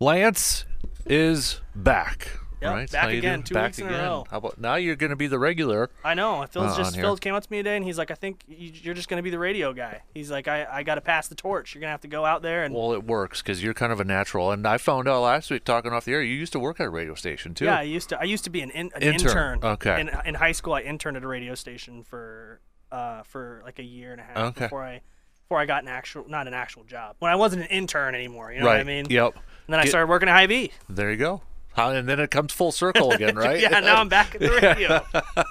Lance is back. Yep, right? back How you again, doing? two back weeks in a again. row. How about now? You're going to be the regular. I know. Phil's Uh, just on here. Phil came up to me today and he's like, I think you- you're just gonna be the radio guy. He's like, I, I gotta pass the torch. You're gonna have to go out there and Well, it works because you're kind of a natural. And I found out last week talking off the air, you used to work at a radio station too. yeah. I used to I used to be an, in, an Intern, okay. In, in high school, I interned at a radio station for uh for like a year and a half Okay. before I before I got an actual not an actual job when I wasn't an intern anymore. You know right. what I mean? Yep. And then I Get- started working at High B. There you go. How- And then it comes full circle again, right? Yeah. Now I'm back at the radio.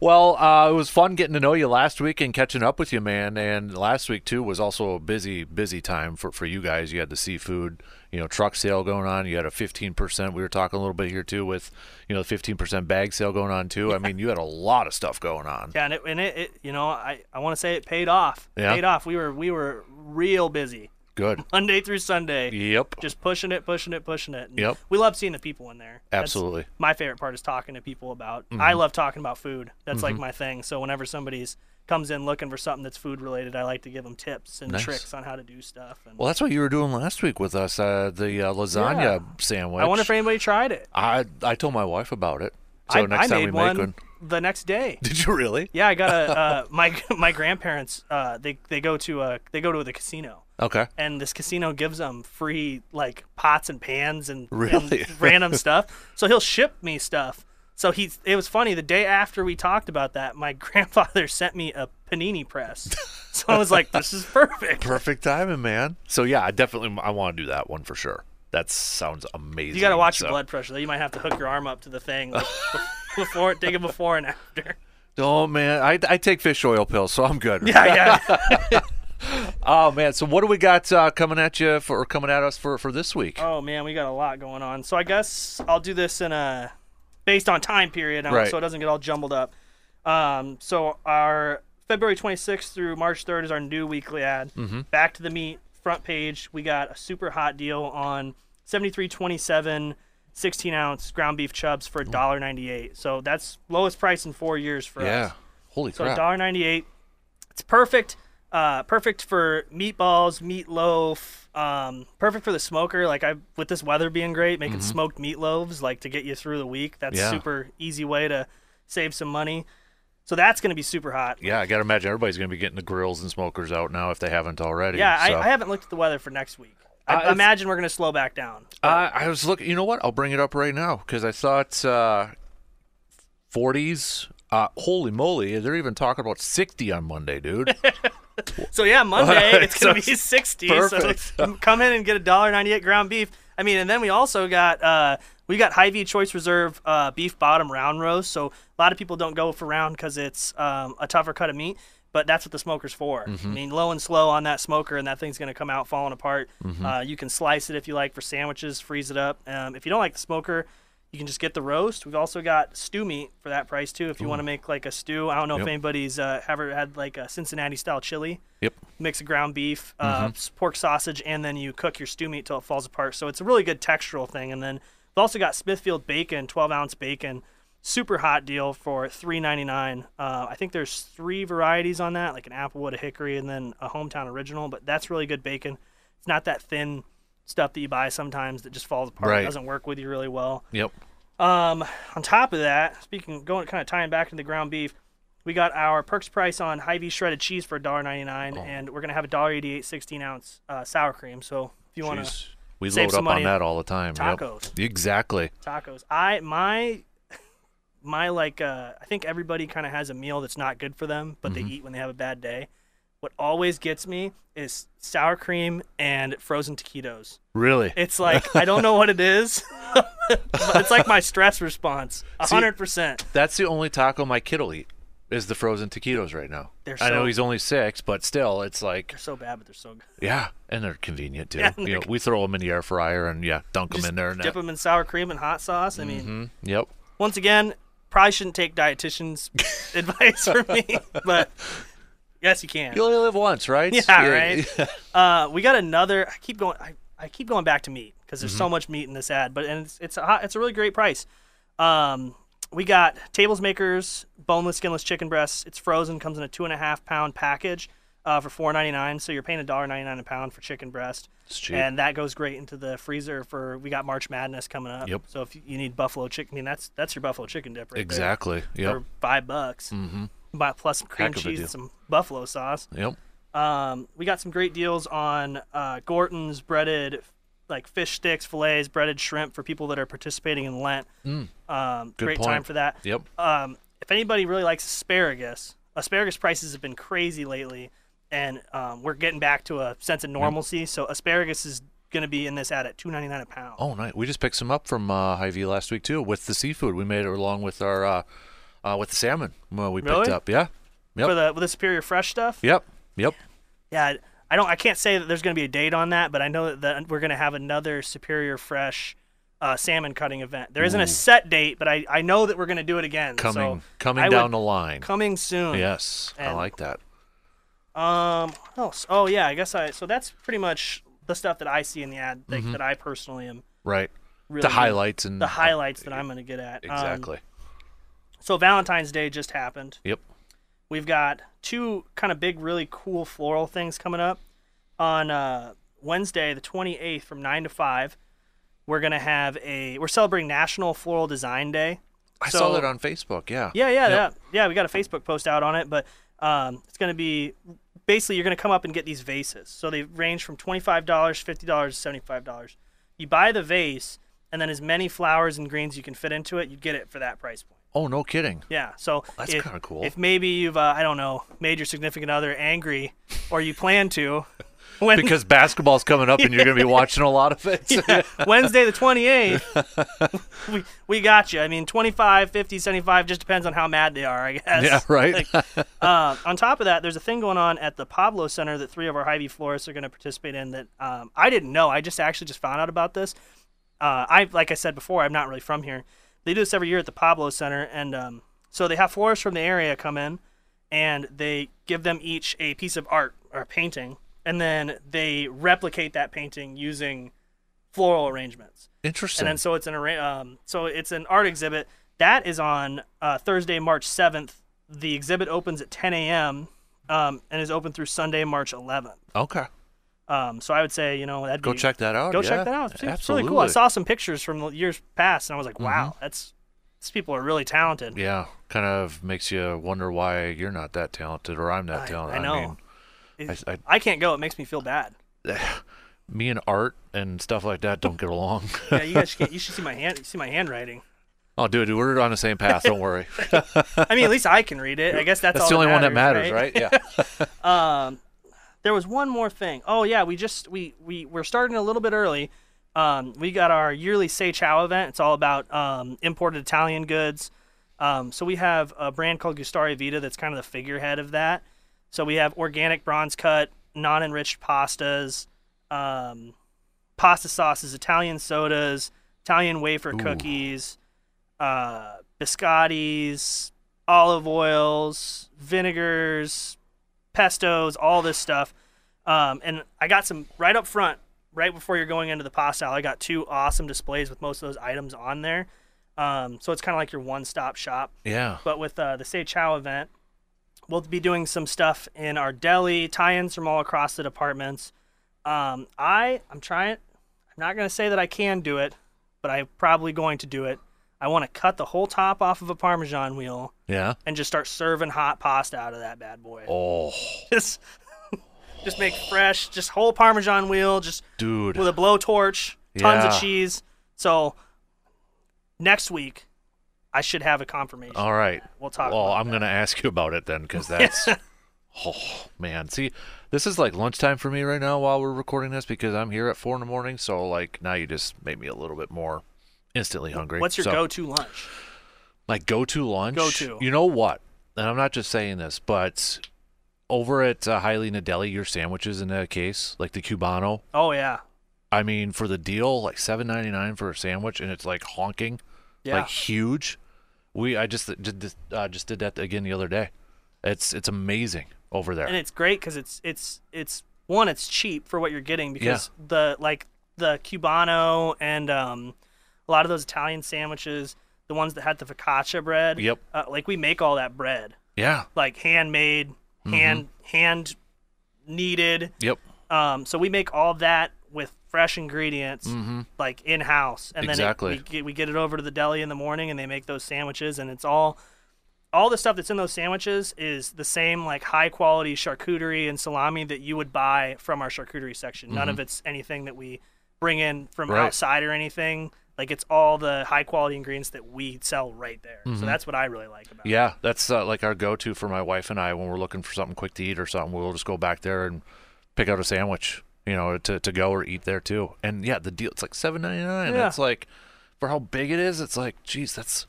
Well, uh, it was fun getting to know you last week and catching up with you, man. And last week too was also a busy, busy time for, for you guys. You had the seafood, you know, truck sale going on. You had a fifteen percent. We were talking a little bit here too with, you know, the fifteen percent bag sale going on too. I mean, you had a lot of stuff going on. yeah. And it, and it, it you know I I want to say it paid off. Yeah. Paid off. We were we were real busy Good. Monday through Sunday. Yep. just pushing it, pushing it, pushing it. And Yep. We love seeing the people in there. That's- Absolutely. Mm-hmm. my favorite part is talking to people about. I love talking about food. That's like my thing. So whenever somebody's comes in looking for something that's food related, I like to give them tips and Nice. tricks on how to do stuff. And Well, that's what you were doing last week with us, uh, the uh, lasagna Yeah. sandwich. I wonder if anybody tried it. I I told my wife about it. So I, next I time made we one make one. the next day. Did you really? Yeah, I got a uh, my my grandparents. Uh, they they go to a they go to the casino. Okay. and this casino gives him free like pots and pans and, and Really? random stuff. So he'll ship me stuff. So he it was funny the day after we talked about that, my grandfather sent me a panini press. so I was like, this is perfect. Perfect timing, man. So yeah, I definitely I want to do that one for sure. That sounds amazing. You got to watch so- your blood pressure. though. You might have to hook your arm up to the thing like, before take it before and after. Oh man, I, I take fish oil pills, so I'm good. Yeah, yeah. Oh man, so what do we got uh, coming at you for or coming at us for for this week? Oh man, we got a lot going on. So I guess I'll do this in a based on time period, um, Right. so it doesn't get all jumbled up. Um, so our February 26th through March 3rd is our new weekly ad. Mm-hmm. Back to the meat front page. We got a super hot deal on 73.27 16 ounce ground beef chubs for $1.98. So that's lowest price in four years for us. yeah. Holy So crap. $1.98. It's perfect. Uh, perfect for meatballs, meatloaf. Um, perfect for the smoker. Like I, with this weather being great, making smoked meatloaves like to get you through the week. That's Mm-hmm. Yeah. super easy way to save some money. So that's going to be super hot. yeah, I got to imagine everybody's going to be getting the grills and smokers out now if they haven't already. Yeah, so. I, I haven't looked at the weather for next week. Uh, I it's- imagine we're going to slow back down. Uh, I was looking. You know what? I'll bring it up right now because I thought uh, 40s. Uh, holy moly! They're even talking about 60 on Monday, dude. So yeah, Monday it's gonna So- be sixty. perfect. So come in and get a dollar ninety eight ground beef. I mean, and then we also got uh, we got Hy-Vee Choice Reserve uh, beef bottom round roast. So a lot of people don't go for round because it's um, a tougher cut of meat. But that's what the smoker's for. Mm-hmm. I mean, low and slow on that smoker, and that thing's gonna come out falling apart. Mm-hmm. Uh, you can slice it if you like for sandwiches, freeze it up. Um, if you don't like the smoker. You can just get the roast. We've also got stew meat for that price too. If you want to make like a stew, I don't know if Yep. anybody's uh, ever had like a Cincinnati style chili yep. mix of ground beef, uh, s- pork sausage, and then you cook your stew meat till it falls apart. So it's a really good textural thing. And then we've also got Smithfield bacon, 12 ounce bacon, super hot deal for 3.99. Uh, I think there's three varieties on that, like an applewood, a hickory, and then a hometown original. But that's really good bacon. It's not that thin stuff that you buy sometimes that just falls apart. Right. It doesn't work with you really well. Yep. Um, on top of that, speaking going kind of tying back to the ground beef, we got our perks price on Hy-Vee shredded cheese for $1.99, Oh. and we're gonna have a dollar eighty eight sixteen ounce uh, sour cream. So if you want Jeez. We save load some up on money on that all the time. yep. tacos. Exactly. tacos, I my my like uh, I think everybody kind of has a meal that's not good for them, but Mm-hmm. they eat when they have a bad day. What always gets me is sour cream and frozen taquitos. Really. It's like I don't know what it is, but it's like my stress response. A See- hundred percent. That's the only taco my kid'll eat is the frozen taquitos right now. They're I know so- he's only six, but still, it's like They're so bad, but they're so good. yeah, and they're convenient too. Yeah, and you know, they're- we throw them in the air fryer and yeah, dunk them Just in there and dip that. them in sour cream and hot sauce. I mean, Yep. once again, probably shouldn't take dietitian's advice for me, but yes, you can. You only live once, right? Yeah, right. Uh, we got another. I keep going. I, I keep going back to meat because there's so Mm-hmm. much meat in this ad, but and it's it's a hot, it's a really great price. Um, we got tables makers boneless, skinless chicken breasts. It's frozen, comes in a two and a half pound package uh, for four ninety nine. So you're paying a dollar ninety nine a pound for chicken breast. It's cheap. and that goes great into the freezer for we got March Madness coming up. Yep. So if you need buffalo chicken, I mean that's that's your buffalo chicken dip right there exactly. Yep. for five bucks. Mm-hmm. But plus some cream Heck of a cheese deal. and some buffalo sauce. Yep. Um, we got some great deals on uh, Gorton's breaded, like fish sticks, fillets, breaded shrimp for people that are participating in Lent. Um, Hmm. Good great point. time for that. Yep. Um, if anybody really likes asparagus, asparagus prices have been crazy lately, and um, we're getting back to a sense of normalcy. So asparagus is going to be in this ad at two ninety nine a pound. Oh, nice. We just picked some up from uh, Hy-Vee last week too with the seafood. We made it along with our uh, uh, with the salmon uh, we picked Really? up. Yeah. Oh, Yep. For the with the superior fresh stuff, Yep. Yep. yeah, I- I don't, I can't say that there's going to be a date on that, but I know that the, we're going to have another superior fresh uh, salmon cutting event. There isn't a set date, but I, I know that we're going to do it again. so Mm. Coming I coming would- down the line. coming soon. yes. I and- like that. Um. What else? Oh yeah, I guess I. So that's pretty much the stuff that I see in the ad like, Mm-hmm. that I personally am. Right. Really the highlights and The um, highlights that I'm going to get at. Um, Mm. E, Exactly. so Valentine's Day just happened. yep. We've got two kind of big, really cool floral things coming up on uh, Wednesday, the 28th, from nine to five. We're gonna have a. We're celebrating National Floral Design Day. I so- saw that on Facebook. Yeah. Yeah, yeah, Yep. yeah. Yeah, we got a Facebook post out on it, but um, it's going to be basically you're going to come up and get these vases. So they range from $25, $50, $75. You buy the vase, and then as many flowers and greens you can fit into it, you get it for that price point. Oh, no kidding. Yeah, so That's if- kinda cool. If maybe you've uh, I don't know made your significant other angry, or you plan to, when Because basketball's coming up and you're going to be watching a lot of it. Wednesday the 28th, we, we got you. I mean, 25, 50, 75, just depends on how mad they are, I guess. Yeah, right. uh, on top of that, there's a thing going on at the Pablo Center that three of our Hy-Vee florists are going to participate in that um, I didn't know. I just actually just found out about this. Uh, I Like I said before, I'm not really from here. They do this every year at the Pablo Center. And um, so they have florists from the area come in and they give them each a piece of art or a painting. And then they replicate that painting using floral arrangements Interesting. and then so it's an arra- um, so it's an art exhibit that is on uh, Thursday, March seventh. The exhibit opens at 10 a.m. Um, and is open through Sunday, March 11th. okay. Um, so I would say you know that'd Go be, check that out. go yeah. check that out. It's, it's Absolutely. Mm-hmm. really cool. I saw some pictures from the years past, and I was like, wow, that's these people are really talented. Yeah. Kind of makes you wonder why you're not that talented or I'm not I, talented. I know. mean, It- I- I- I can't go. It makes me feel bad. me and art and stuff like that don't get along. Yeah, you guys, can't, you should see my hand. See my handwriting. oh, dude, we're on the same path. Don't worry. I mean, at least I can read it. I guess that's, That's all the only one that matters, matters, right? right? Yeah. Um, there was one more thing. Oh yeah, we just we we we're starting a little bit early. Um, we got our yearly Say Chow event. It's all about um, imported Italian goods. Um, so we have a brand called Gustari Vita that's kind of the figurehead of that. So we have organic bronze cut, non-enriched pastas, um, pasta sauces, Italian sodas, Italian wafer cookies, uh, biscottis, olive oils, vinegars, pestos, all this stuff. Um, and I got some right up front, right before you're going into the pasta aisle. I got two awesome displays with most of those items on there. Um, so it's kind of like your one-stop shop. Yeah. But with uh, the Say Chow event, we'll be doing some stuff in our deli, tie-ins from all across the departments. Um, I I'm trying. I'm not gonna say that I can do it, but I'm probably going to do it. I want to cut the whole top off of a Parmesan wheel Yeah. and just start serving hot pasta out of that bad boy Oh, just just make fresh, just whole Parmesan wheel, just dude. with a blowtorch, tons Yeah. of cheese. So next week, I should have a confirmation. All right. We'll talk Well, about I'm going to ask you about it then because Oh, that's. oh, man. See, this is like lunchtime for me right now while we're recording this because I'm here at four in the morning. So, like, now you just made me a little bit more instantly hungry. What's your So, go-to lunch? My go to lunch? Go-to. You know what? And I'm not just saying this, but over at uh, Hailey Nadelli, your sandwiches in that case, like the Cubano. Oh yeah, I mean, for the deal, like seven ninety nine for a sandwich, and it's like honking. yeah. like huge. We I just did this, uh, just did that again the other day. It's it's amazing over there. and it's great because it's it's it's one, it's cheap for what you're getting because the like the Cubano and um, a lot of those Italian sandwiches, the ones that had the focaccia bread. Yep. Uh, like we make all that bread, yeah. like handmade, Mm-hmm. hand hand kneaded. Yep. Um, so we make all that with fresh ingredients like in house, and Mm-hmm. Exactly. then it, we, get, we get it over to the deli in the morning, and they make those sandwiches, and it's all all the stuff that's in those sandwiches is the same like high quality charcuterie and salami that you would buy from our charcuterie section. None of it's anything that we bring in from Mm-hmm. Right. outside or anything. Like it's all the high quality ingredients that we sell right there. Mm-hmm. So that's what I really like about it. Yeah, that's uh, like our go-to for my wife and I when we're looking for something quick to eat or something. We'll just go back there and pick out a sandwich, you know, to, to go or eat there too. And yeah, the deal it's like seven ninety nine. Yeah. It's like for how big it is, it's like geez, that's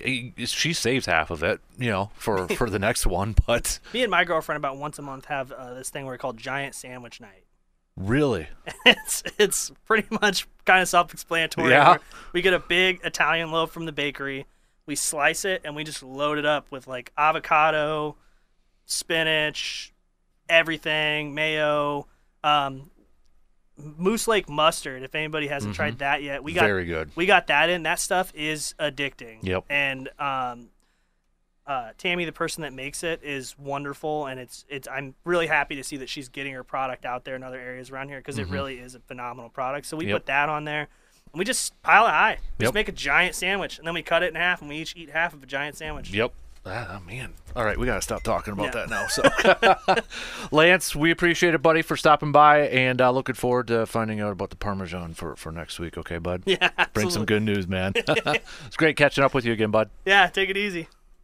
eh, she saves half of it, you know, for for the next one. But Me and my girlfriend about once a month have uh, this thing where we call giant sandwich night. really, it's it's pretty much kind of self-explanatory. Yeah. We're- We get a big Italian loaf from the bakery. We slice it and we just load it up with like avocado, spinach, everything, mayo, um, Moose Lake mustard. If anybody hasn't tried that yet, we got Mm-hmm. very good. we got that in. That stuff is addicting. Yep. And um, uh, Tammy, the person that makes it, is wonderful, and it's it's. I'm really happy to see that she's getting her product out there in other areas around here because it really is a phenomenal product. So we Mm-hmm. Yep. put that on there, and we just pile it high. We Yep. Just make a giant sandwich, and then we cut it in half, and we each eat half of a giant sandwich. Yep. Ah, man. All right, we got to stop talking about Yeah. that now. So, Lance, we appreciate it, buddy, for stopping by and uh, looking forward to finding out about the Parmesan for, for next week. Okay, bud? Yeah, Bring some absolutely. good news, man. it's great catching up with you again, bud. Yeah, take it easy.